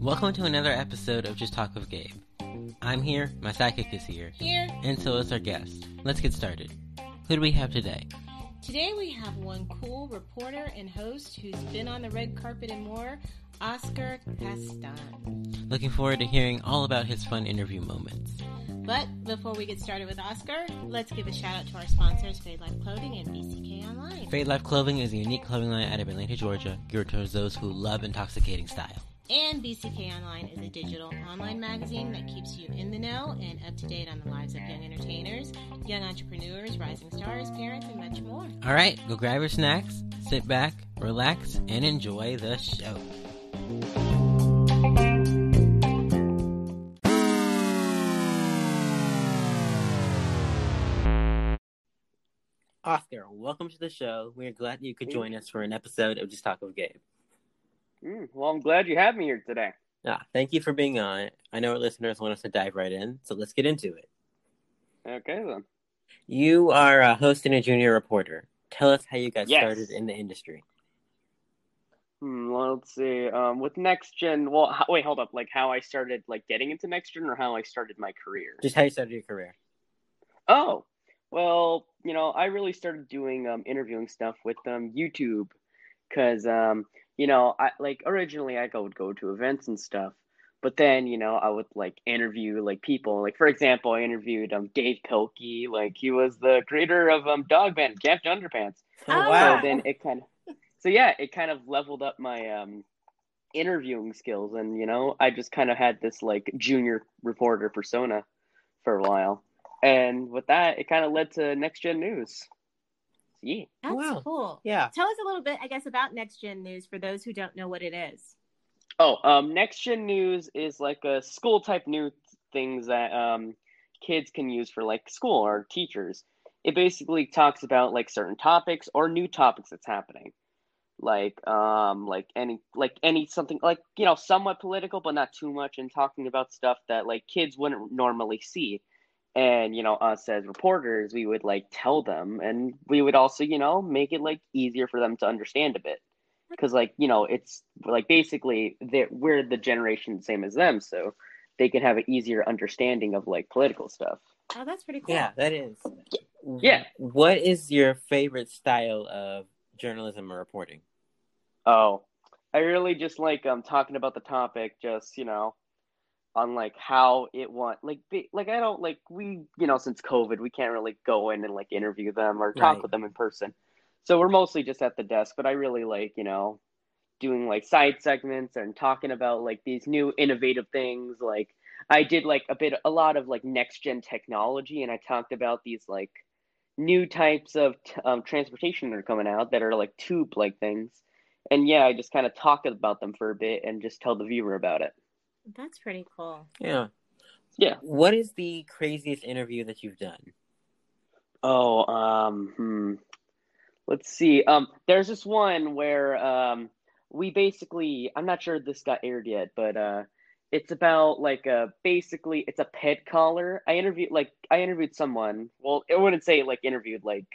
Welcome to another episode of Just Talk with Gabe. I'm here, my psychic is here, Here. and so is our guest. Let's get started. Who do we have today? Today we have one cool reporter and host who's been on the red carpet and more, Oscar Castan. Looking forward to hearing all about his fun interview moments. But before we get started with Oscar, let's give a shout out to our sponsors, Fade Life Clothing and BCK Online. Fade Life Clothing is a unique clothing line out of Atlanta, Georgia, geared towards those who love intoxicating style. And BCK Online is a digital online magazine that keeps you in the know and up to date on the lives of young entertainers, young entrepreneurs, rising stars, parents, and much more. Alright, go grab your snacks, sit back, relax, and enjoy the show. Oscar, welcome to the show. We are glad you could join us for an episode of Just Talk with Gabe. Mm, well, I'm glad you have me here today. Yeah, Ah, thank you for being on. I know our listeners want us to dive right in, so let's get into it. Okay, then. You are a host and a junior reporter. Tell us how you got Yes. started in the industry. Hmm, well, let's see. Um, with next gen, well, ho- wait, hold up. Like how I started, like getting into next gen, or how I started my career. Just how you started your career. Oh, well, you know, I really started doing um, interviewing stuff with um, YouTube because, um, you know, I like originally I go- would go to events and stuff, but then, you know, I would like interview like people. Like, for example, I interviewed um, Dave Pilkey. Like, he was the creator of um, Dog Band, Gamped Underpants. Oh, so wow. then it kind of so yeah it kind of leveled up my um interviewing skills and you know i just kind of had this like junior reporter persona for a while and with that it kind of led to next gen news yeah That's Wow. cool. Yeah. Tell us a little bit, I guess, about Next Gen News for those who don't know what it is. Oh, um, Next Gen News is like a school type new things that um, kids can use for like school or teachers. It basically talks about like certain topics or new topics that's happening, like um, like any like any something like you know somewhat political but not too much, and talking about stuff that like kids wouldn't normally see. And you know, us as reporters, we would like tell them, and we would also you know make it like easier for them to understand a bit because like you know it's like basically that we're the generation same as them so they can have an easier understanding of like political stuff Oh, that's pretty cool. Yeah, that is. Yeah. What is your favorite style of journalism or reporting? oh i really just like um talking about the topic just you know on like how it want like they, like i don't like we you know since covid we can't really go in and like interview them or talk Right. with them in person so we're mostly just at the desk but i really like you know doing like side segments and talking about like these new innovative things like i did like a bit a lot of like next gen technology and i talked about these like new types of t- um, transportation that are coming out that are like tube like things and yeah i just kind of talk about them for a bit and just tell the viewer about it That's pretty cool. Yeah. Yeah. What is the craziest interview that you've done? Oh, um, hmm. Let's see. Um, there's this one where um, we basically, I'm not sure if this got aired yet, but uh, it's about like a basically it's a pet collar. I interviewed like I interviewed someone. Well, I wouldn't say like interviewed like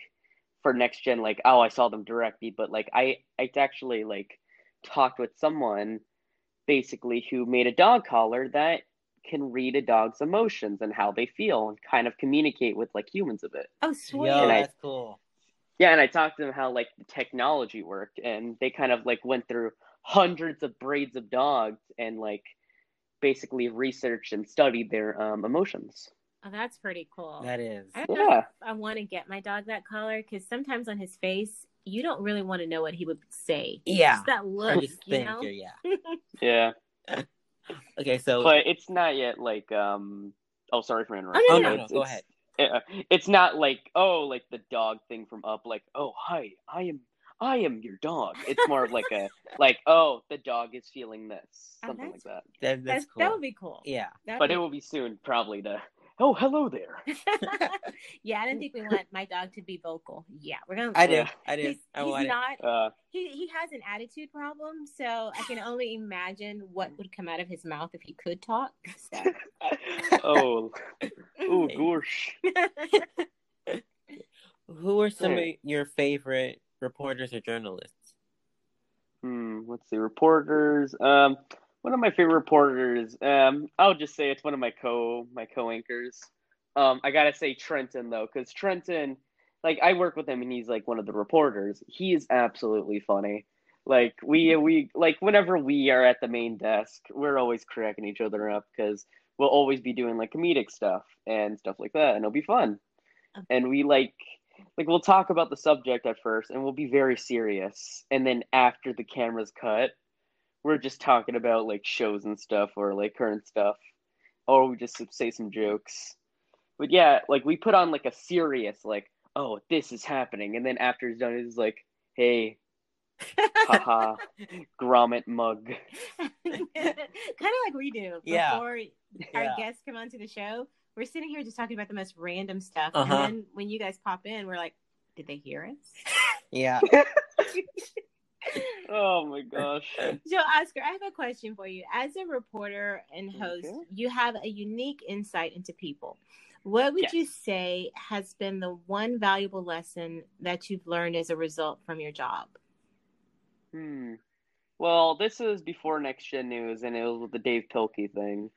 for next gen like oh I saw them directly, but like I I actually like talked with someone basically who made a dog collar that can read a dog's emotions and how they feel and kind of communicate with like humans a bit. Oh, sweet. Yo, And I- that's cool. Yeah, and I talked to them how like the technology worked, and they kind of like went through hundreds of braids of dogs and like basically researched and studied their um, emotions. Oh, that's pretty cool. That is. I don't know Yeah, if I want to get my dog that collar because sometimes on his face, you don't really want to know what he would say. Yeah. Just that I look, just you think, know? yeah. yeah, Okay, so but it's not yet like um. Oh, sorry for interrupting. Oh, oh no, no, It's- no, go it's- ahead. uh, It's not like oh, like the dog thing from Up. Like oh, hi, I am, I am your dog. It's more of like a like oh, the dog is feeling this, Oh, something that's like that. That, that's That's- cool. That would be cool. yeah. That'd But be- it will be soon, probably. To oh, hello there. yeah, I didn't think we want my dog to be vocal. Yeah, we're gonna. I do. Yeah. I do. He's, I he's want it. not. Uh, He he has an attitude problem, so I can only imagine what would come out of his mouth if he could talk. So. oh, oh Hey. gosh. Who are some of your favorite reporters or journalists? Hmm, let's see, reporters. Um, one of my favorite reporters. Um, I'll just say it's one of my co my co-anchors. Um, I gotta say Trenton though, because Trenton, like I work with him and he's like one of the reporters. He is absolutely funny. Like we we like whenever we are at the main desk, we're always cracking each other up because we'll always be doing like comedic stuff and stuff like that, and it'll be fun. And we like like we'll talk about the subject at first and we'll be very serious and then after the camera's cut we're just talking about like shows and stuff or like current stuff or we just say some jokes but yeah like we put on like a serious like oh this is happening and then after it's done it's like hey haha grommet mug kind of like we do Yeah. before our Yeah. guests come onto the show. We're sitting here just talking about the most random stuff, Uh-huh. and then when you guys pop in, we're like, "Did they hear us?" Yeah. oh my gosh So, Oscar, I have a question for you. As a reporter and Mm-hmm. host, Okay. you have a unique insight into people. What would Yes. you say has been the one valuable lesson that you've learned as a result from your job? Hmm. Well, this is before Next Gen News, and it was with the Dave Pilkey thing.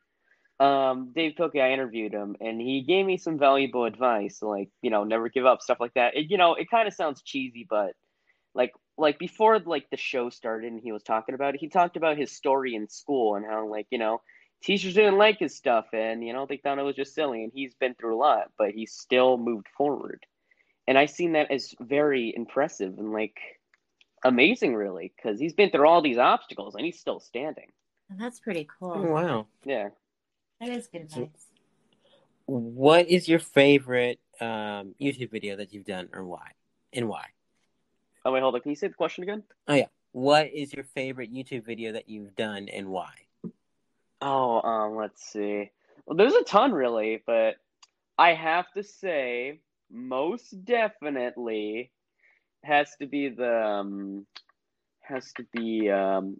Um, Dave Pilkey, I interviewed him, and he gave me some valuable advice, like you know, never give up, stuff like that. It, you know, it kind of sounds cheesy, but like like before like the show started, and he was talking about it. He talked about his story in school and how like you know teachers didn't like his stuff, and you know they thought it was just silly. And he's been through a lot, but he still moved forward, and I seen that as very impressive and like amazing, really, because he's been through all these obstacles and he's still standing. That's pretty cool. Wow. Yeah. That is good advice. What is your favorite um, YouTube video that you've done, or why, and why? Oh wait, hold on. Can you say the question again? What is your favorite YouTube video that you've done, and why? Oh, um, let's see. Well, there's a ton, really, but I have to say, most definitely has to be the um, has to be um.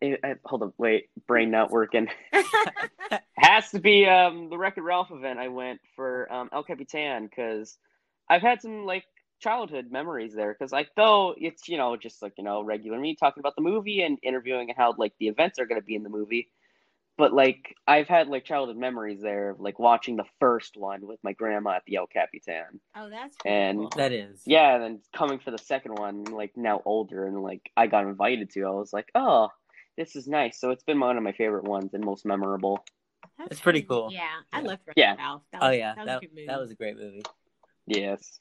It, I, hold on, wait, brain not working. has to be um the Wreck-It Ralph event I went for um El Capitan because I've had some like childhood memories there because like though it's you know just like you know regular me talking about the movie and interviewing how like the events are going to be in the movie but like I've had like childhood memories there of like watching the first one with my grandma at the El Capitan oh, that's pretty and cool. That is. yeah, and then coming for the second one, like now older and like I got invited to, I was like, oh, this is nice. So it's been one of my favorite ones and most memorable. It's pretty cool. Yeah, I Yeah. loved Wreck-It Yeah. Ralph. That Oh was- yeah, that was a that good movie. that was a great movie. Yes.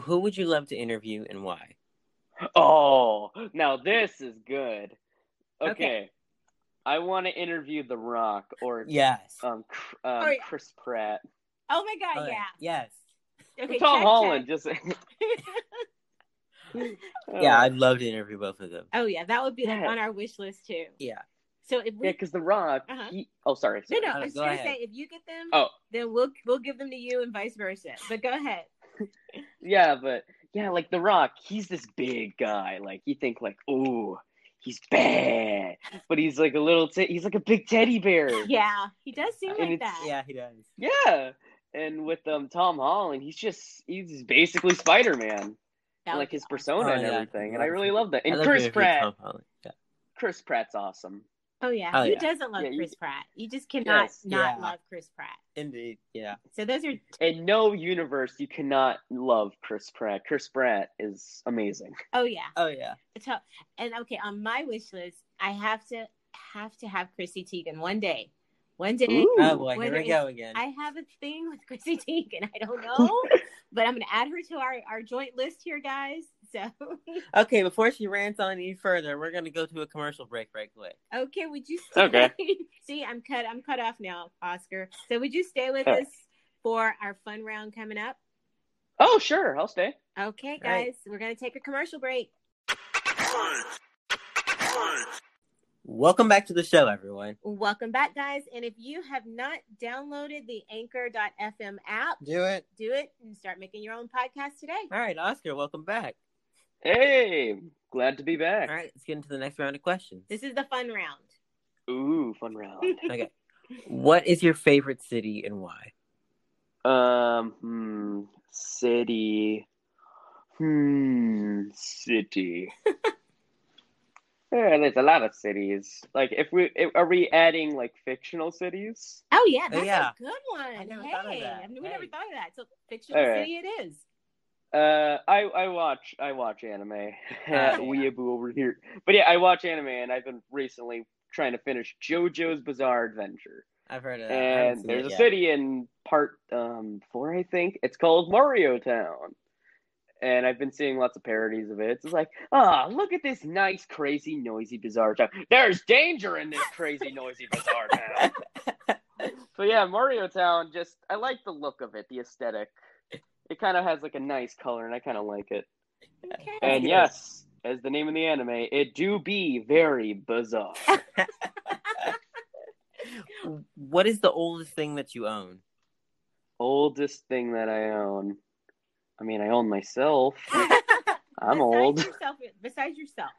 Who would you love to interview, and why? Oh, now this is good. Okay. Okay. I want to interview The Rock or Yes. um, Cr- um Or- Chris Pratt. Oh my god, Oh, yeah. Yes. Okay, Tom check, Holland just check. Oh. Yeah, I'd love to interview both of them. oh yeah, that would be like Yeah. on our wish list too. Yeah. So if we Yeah, cuz The Rock, Uh-huh. he Oh, sorry. No, sorry. no, Uh, I was go gonna ahead. say if you get them, Oh. then we'll we'll give them to you and vice versa. But go ahead. Yeah, but yeah, like The Rock, he's this big guy. Like you think, like, ooh, he's bad, but he's like a little, te- he's like a big teddy bear. Yeah, he does seem And like it's- that. Yeah, he does. yeah. And with um Tom Holland, he's just he's basically Spider Man, That like would- his persona Oh, and yeah. everything. And I really love that. And I'd love to Chris interview Pratt, Tom Holland. Yeah. Chris Pratt's awesome. oh yeah, Oh, who yeah. doesn't love Yeah, you- Chris Pratt? You just cannot Yes. not Yeah. love Chris Pratt. Indeed. Yeah. So those are In no universe you cannot love Chris Pratt. Chris Pratt is amazing. oh yeah. Oh yeah. So, and okay, on my wish list, I have to have to have Chrissy Teigen one day. One day. Ooh. Oh boy, here Whether we go again. I have a thing with Chrissy Teigen. I don't know, but I'm going to add her to our, our joint list here, guys. So, Okay, before she rants on any further, we're gonna go to a commercial break right quick. okay, would you? Okay. See, I'm cut. I'm cut off now, Oscar. So, would you stay with All right. us for our fun round coming up? Oh sure, I'll stay. Okay, All right. guys, we're going to take a commercial break. Welcome back to the show, everyone. Welcome back, guys. And if you have not downloaded the Anchor.fm app, Do it. do it and start making your own podcast today. All right, Oscar, welcome back. Hey, glad to be All back. right, let's get into the next round of questions. This is the fun round. Ooh, fun round. Okay. What is your favorite city and why? Um, hmm, city. Hmm, city. Yeah, Eh, there's a lot of cities. Like, if we if, are we adding like fictional cities? Oh yeah, that's yeah. a good one. I never hey, thought of that. I mean, we never Hey. thought of that. So fictional All right. city it is. Uh, I I watch I watch anime. yeah. Weeaboo over here, but yeah, I watch anime, and I've been recently trying to finish JoJo's Bizarre Adventure. I've heard of that. I haven't and seen there's it a yet. city in part um four, I think. It's called Mario Town. And I've been seeing lots of parodies of it. It's like, ah, look at this nice, crazy, noisy, bizarre town. There's danger in this crazy, noisy, bizarre town. so yeah, Mario Town. Just I like the look of it, the aesthetic. It kind of has like a nice color, and I kind of like it. Okay. And Yeah. yes, as the name of the anime, it do be very bizarre. What is the oldest thing that you own? Oldest thing that I own. I mean, I own myself. I'm besides old. Yourself, besides yourself.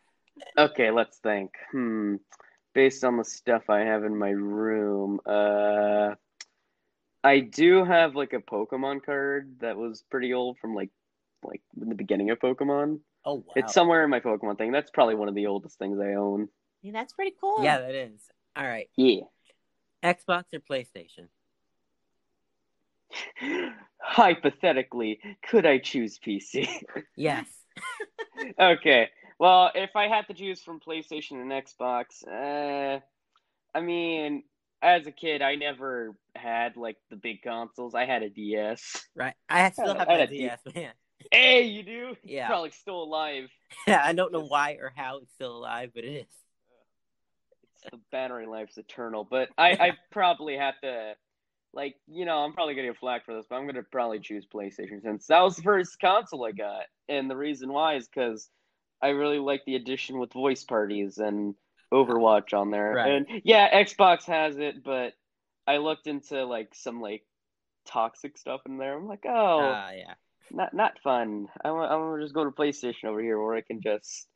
Okay, let's think. Hmm. Based on the stuff I have in my room, uh, I do have like a Pokemon card that was pretty old from like like the beginning of Pokemon. Oh, wow. It's somewhere in my Pokemon thing. That's probably one of the oldest things I own. Yeah, that's pretty cool. Yeah, that is. All right. Yeah. Xbox or PlayStation? Hypothetically, could I choose PC? Yes. Okay. Well, if I had to choose from PlayStation and Xbox, uh, I mean, as a kid, I never had like the big consoles. I had a DS. Right. I still Oh, have I my had a DS, man. Hey, you do? It's Yeah. probably still alive. I don't know why or how it's still alive, but it is. It's the battery life's eternal. But I, I probably have to, like, you know, I'm probably gonna get flack for this, but I'm gonna probably choose PlayStation since that was the first console I got, and the reason why is because I really like the addition with voice parties and Overwatch on there. Right. And yeah, Xbox has it, but I looked into like some like toxic stuff in there. I'm like, oh, Ah, yeah. not not fun. I'm I'm just going to PlayStation over here where I can just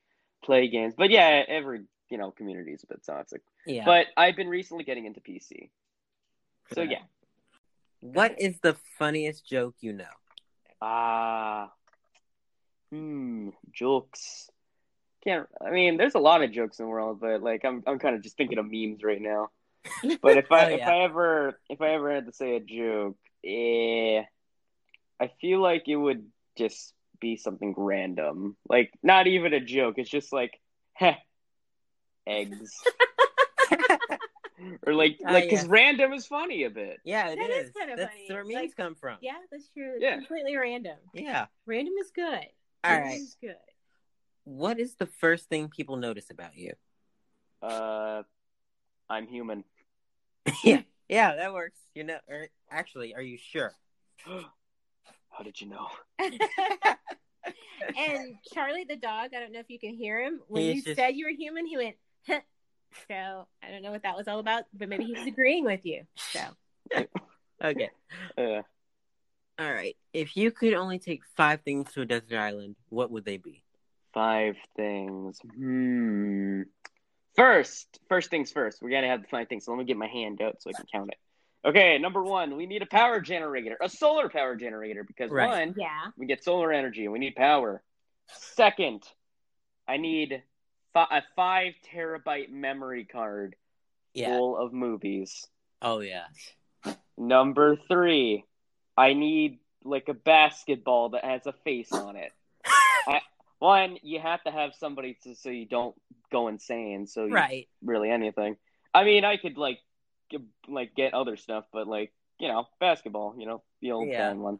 play games. But yeah, every you know community is a bit toxic. Yeah. But I've been recently getting into PC. So Correct. yeah. What is the funniest joke you know? Ah. hmm. Jokes. Can't. I mean, there's a lot of jokes in the world, but like I'm I'm kind of just thinking of memes right now. But if I Oh, if yeah. I ever if I ever had to say a joke, eh, I feel like it would just be something random. Like not even a joke. It's just like, heh, eggs. or like Ah, like because yeah. random is funny a bit. Yeah, it That is is. kinda That's funny. where memes Like- come from. Yeah, that's true. It's Yeah. Completely random. Yeah. Random is good. All Random right. is good. What is the first thing people notice about you? Uh, I'm human. yeah. Yeah, that works. You know, or actually, are you sure? How did you know? and Charlie the dog, I don't know if you can hear him. When He's you just- said you were human, he went, huh. So I don't know what that was all about, but maybe he was agreeing with you. So Okay. Uh, All right. If you could only take five things to a desert island, what would they be? five things. Hmm. First, first things first. We gotta have the five things. So let me get my hand out so I can count it. Okay, number one, we need a power generator, a solar power generator, because Right. one, yeah. we get solar energy, we need power. Second, I need fi- a five terabyte memory card Yeah. full of movies. Oh, yeah. Number three, I need like a basketball that has a face on it. I, one, you have to have somebody to, so you don't go insane. So you, Right. really anything. I mean, I could like g- like get other stuff, but like you know, basketball, you know, the old Yeah. time one.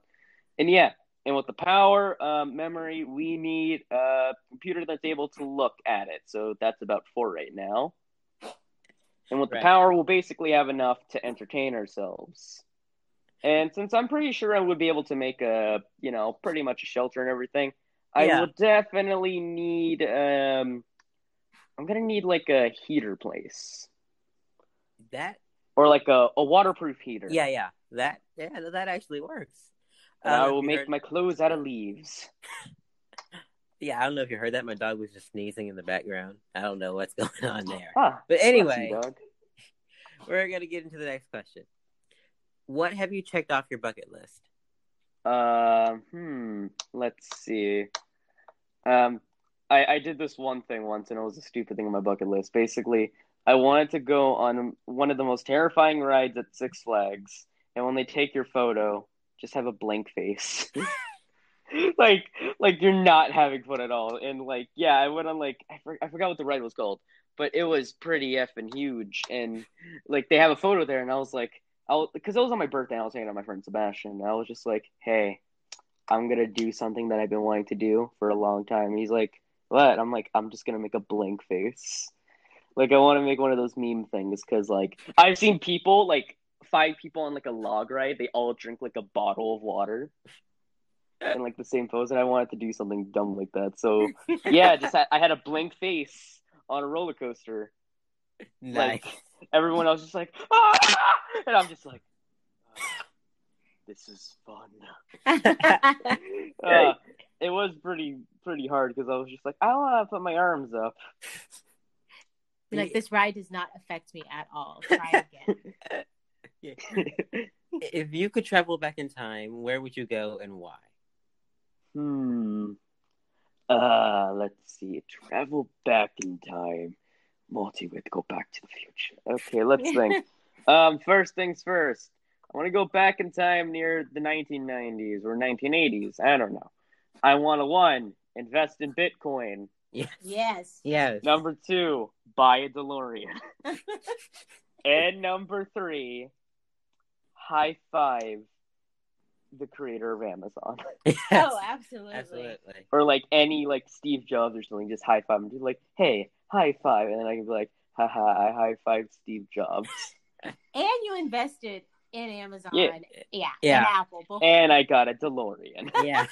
And yeah, and with the power um, memory, we need a computer that's able to look at it. So that's about four right now. And with Right. the power, we'll basically have enough to entertain ourselves. And since I'm pretty sure I would be able to make a, you know, pretty much a shelter and everything, I Yeah. will definitely need um I'm gonna need like a heater place. That Or like a, a waterproof heater. Yeah, yeah. That yeah, no, that actually works. And don't I know will if you make heard- my clothes out of leaves. Yeah, I don't know if you heard that. My dog was just sneezing in the background. I don't know what's going on there. Ah, But bless anyway, you, dog. we're gonna get into the next question. What have you checked off your bucket list? Uh, Um, hmm. Let's see. Um, I, I did this one thing once, and it was a stupid thing on my bucket list. Basically, I wanted to go on one of the most terrifying rides at Six Flags, and when they take your photo, just have a blank face. like like you're not having fun at all and like yeah i went on like I, for, I forgot what the ride was called but it was pretty effing huge and like they have a photo there and i was like i'll because it was on my birthday and i was hanging out with my friend sebastian and i was just like hey i'm gonna do something that i've been wanting to do for a long time and he's like what i'm like i'm just gonna make a blank face like i want to make one of those meme things because like i've seen people like five people on like a log ride they all drink like a bottle of water in like the same pose, and I wanted to do something dumb like that. So yeah, just ha- I had a blank face on a roller coaster. Nice. Like everyone else, just like ah! and I'm just like, "Ah, this is fun. Uh, it was pretty pretty hard because I was just like, I want to put my arms up. Be like this ride does not affect me at all. Try again. Yeah. if you could travel back in time, where would you go and why? Hmm. Uh, let's see. Travel back in time. Morty would go back to the future. Okay, let's think. um, first things first. I want to go back in time near the 1990s or 1980s. I don't know. I want to one invest in Bitcoin. Yes. yes. Yes. Number two, buy a DeLorean. and number three, high five the creator of Amazon. Oh, absolutely. absolutely. or like any like Steve Jobs or something, just high five him, just like, hey, high five, and then I can be like, haha, I high five Steve Jobs, And you invested in Amazon. Yeah. Yeah. Yeah. And Apple. Both- and I got a DeLorean. Yeah.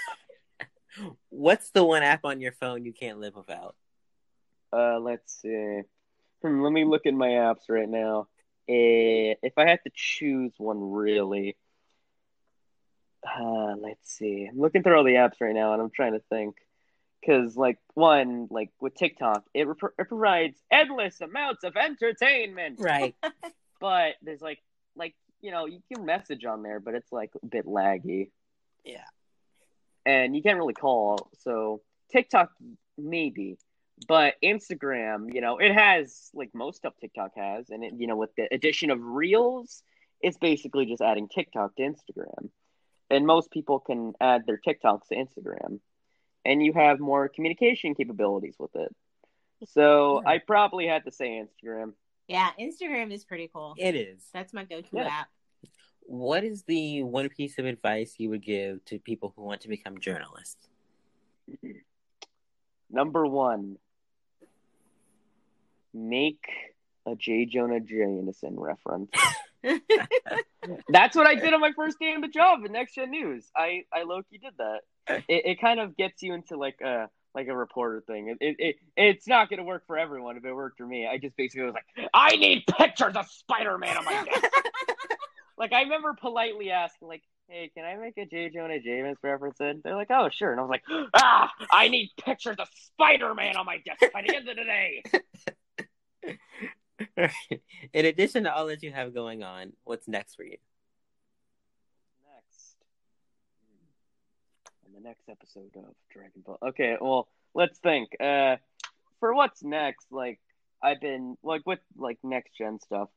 What's the one app on your phone you can't live without? Uh, let's see. Hmm, let me look at my apps right now. Eh, If I had to choose one, really, uh, let's see. I'm looking through all the apps right now, and I'm trying to think. Because, like, one, like with TikTok, it, rep- it provides endless amounts of entertainment. Right. but there's like like you know you can message on there but it's like a bit laggy Yeah. and you can't really call so tiktok maybe but instagram you know it has like most stuff tiktok has and it you know with the addition of reels it's basically just adding tiktok to instagram and most people can add their tiktoks to instagram and you have more communication capabilities with it so i probably had to say instagram yeah. Instagram is pretty cool. It is. That's my go to Yeah. app. What is the one piece of advice you would give to people who want to become journalists? Number one, make a J. Jonah Jameson reference. That's what I did on my first day on the job in Next Gen News. I I low key did that. It, it kind of gets you into like a like a reporter thing. It, it, it it's not gonna work for everyone. If it worked for me, I just basically was like, I need pictures of Spider Man on my desk. like I remember politely asking, like, Hey, can I make a J. Jonah Jameson reference? And they're like, Oh, sure. And I was like, Ah, I need pictures of Spider Man on my desk by the end of the day. In addition to all that you have going on, what's next for you? next on the next episode of Dragon Ball. Okay, well, let's think. Uh, for what's next, like I've been like with like next gen stuff,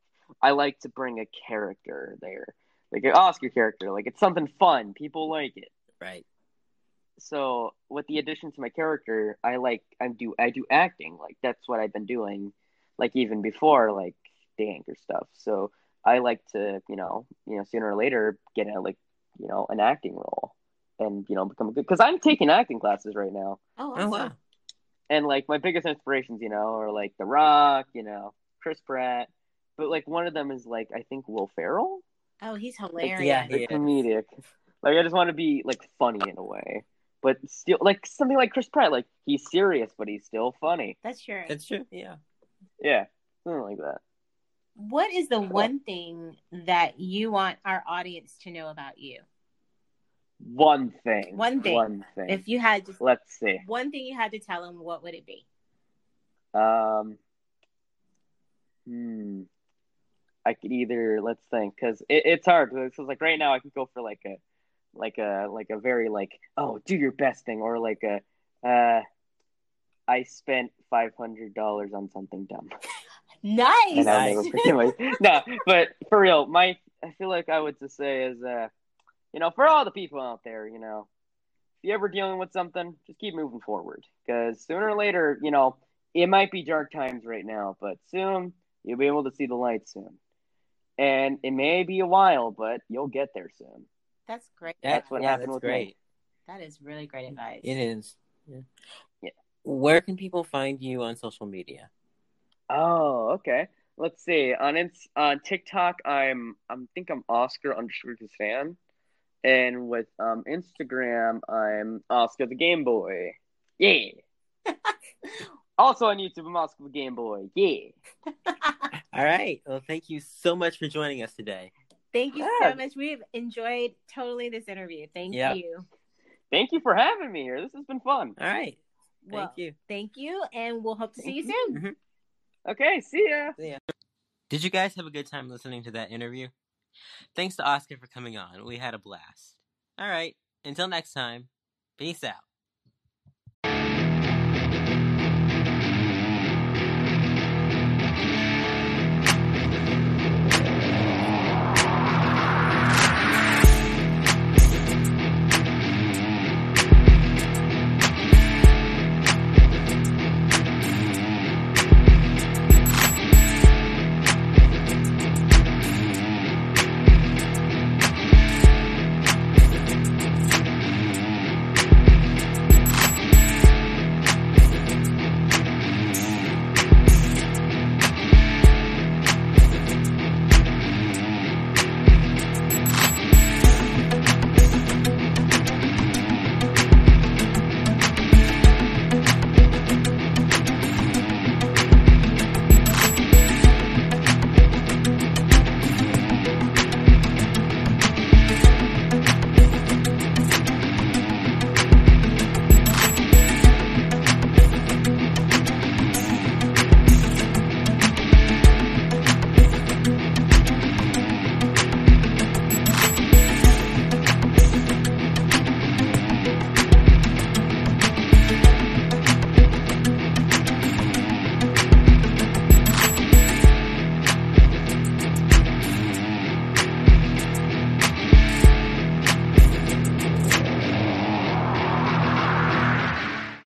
I like to bring a character there, like an Oscar character. Like it's something fun. People like it. Right. So with the addition to my character, I like I do I do acting. Like that's what I've been doing, like even before like the anchor stuff. So I like to you know you know sooner or later get a like you know an acting role and you know become a good because I'm taking acting classes right now Oh Oh, awesome. wow. and like my biggest inspirations, you know, are like The Rock, you know, Chris Pratt, but like one of them is like I think Will Ferrell, Oh, he's hilarious. yeah, the he- Yes. comedic. Like I just want to be like funny in a way, but still like something like Chris Pratt, like he's serious but he's still funny. That's true. That's true. Yeah. Yeah, something like that. What is the one thing that you want our audience to know about you? One thing. One thing. One thing. If you had just Let's see. one thing you had to tell them, what would it be? Um, hmm. I could either let's think because it, it's hard. So like right now, I could go for like a, like a, like a very like oh do your best thing or like a, uh, I spent five hundred dollars on something dumb, Nice. and I'll never forget my no. But for real, my I feel like I would just say is, uh, you know, for all the people out there, you know, if you're ever dealing with something, just keep moving forward because sooner or later, you know, it might be dark times right now, but soon you'll be able to see the light soon, and it may be a while, but you'll get there soon. That's great. That, That's what yeah, happened that's with great. That is really great advice. It is. Yeah. Yeah. Where can people find you on social media? Oh, okay. Let's see. On ins- on TikTok, I'm I'm think I'm Oscar underscore Kazan, and with um Instagram, I'm Oscar the Game Boy. Yeah. Also on YouTube, I'm Oscar the Game Boy. Yeah. All right. Well, thank you so much for joining us today. Thank you Yeah. so much. We've enjoyed totally this interview. Thank Yeah. you. Thank you for having me here. This has been fun. All right. Thank Well, you. Thank you, and we'll hope to see you soon. Okay, see ya. Did you guys have a good time listening to that interview? Thanks to Oscar for coming on. We had a blast. All right, until next time, peace out.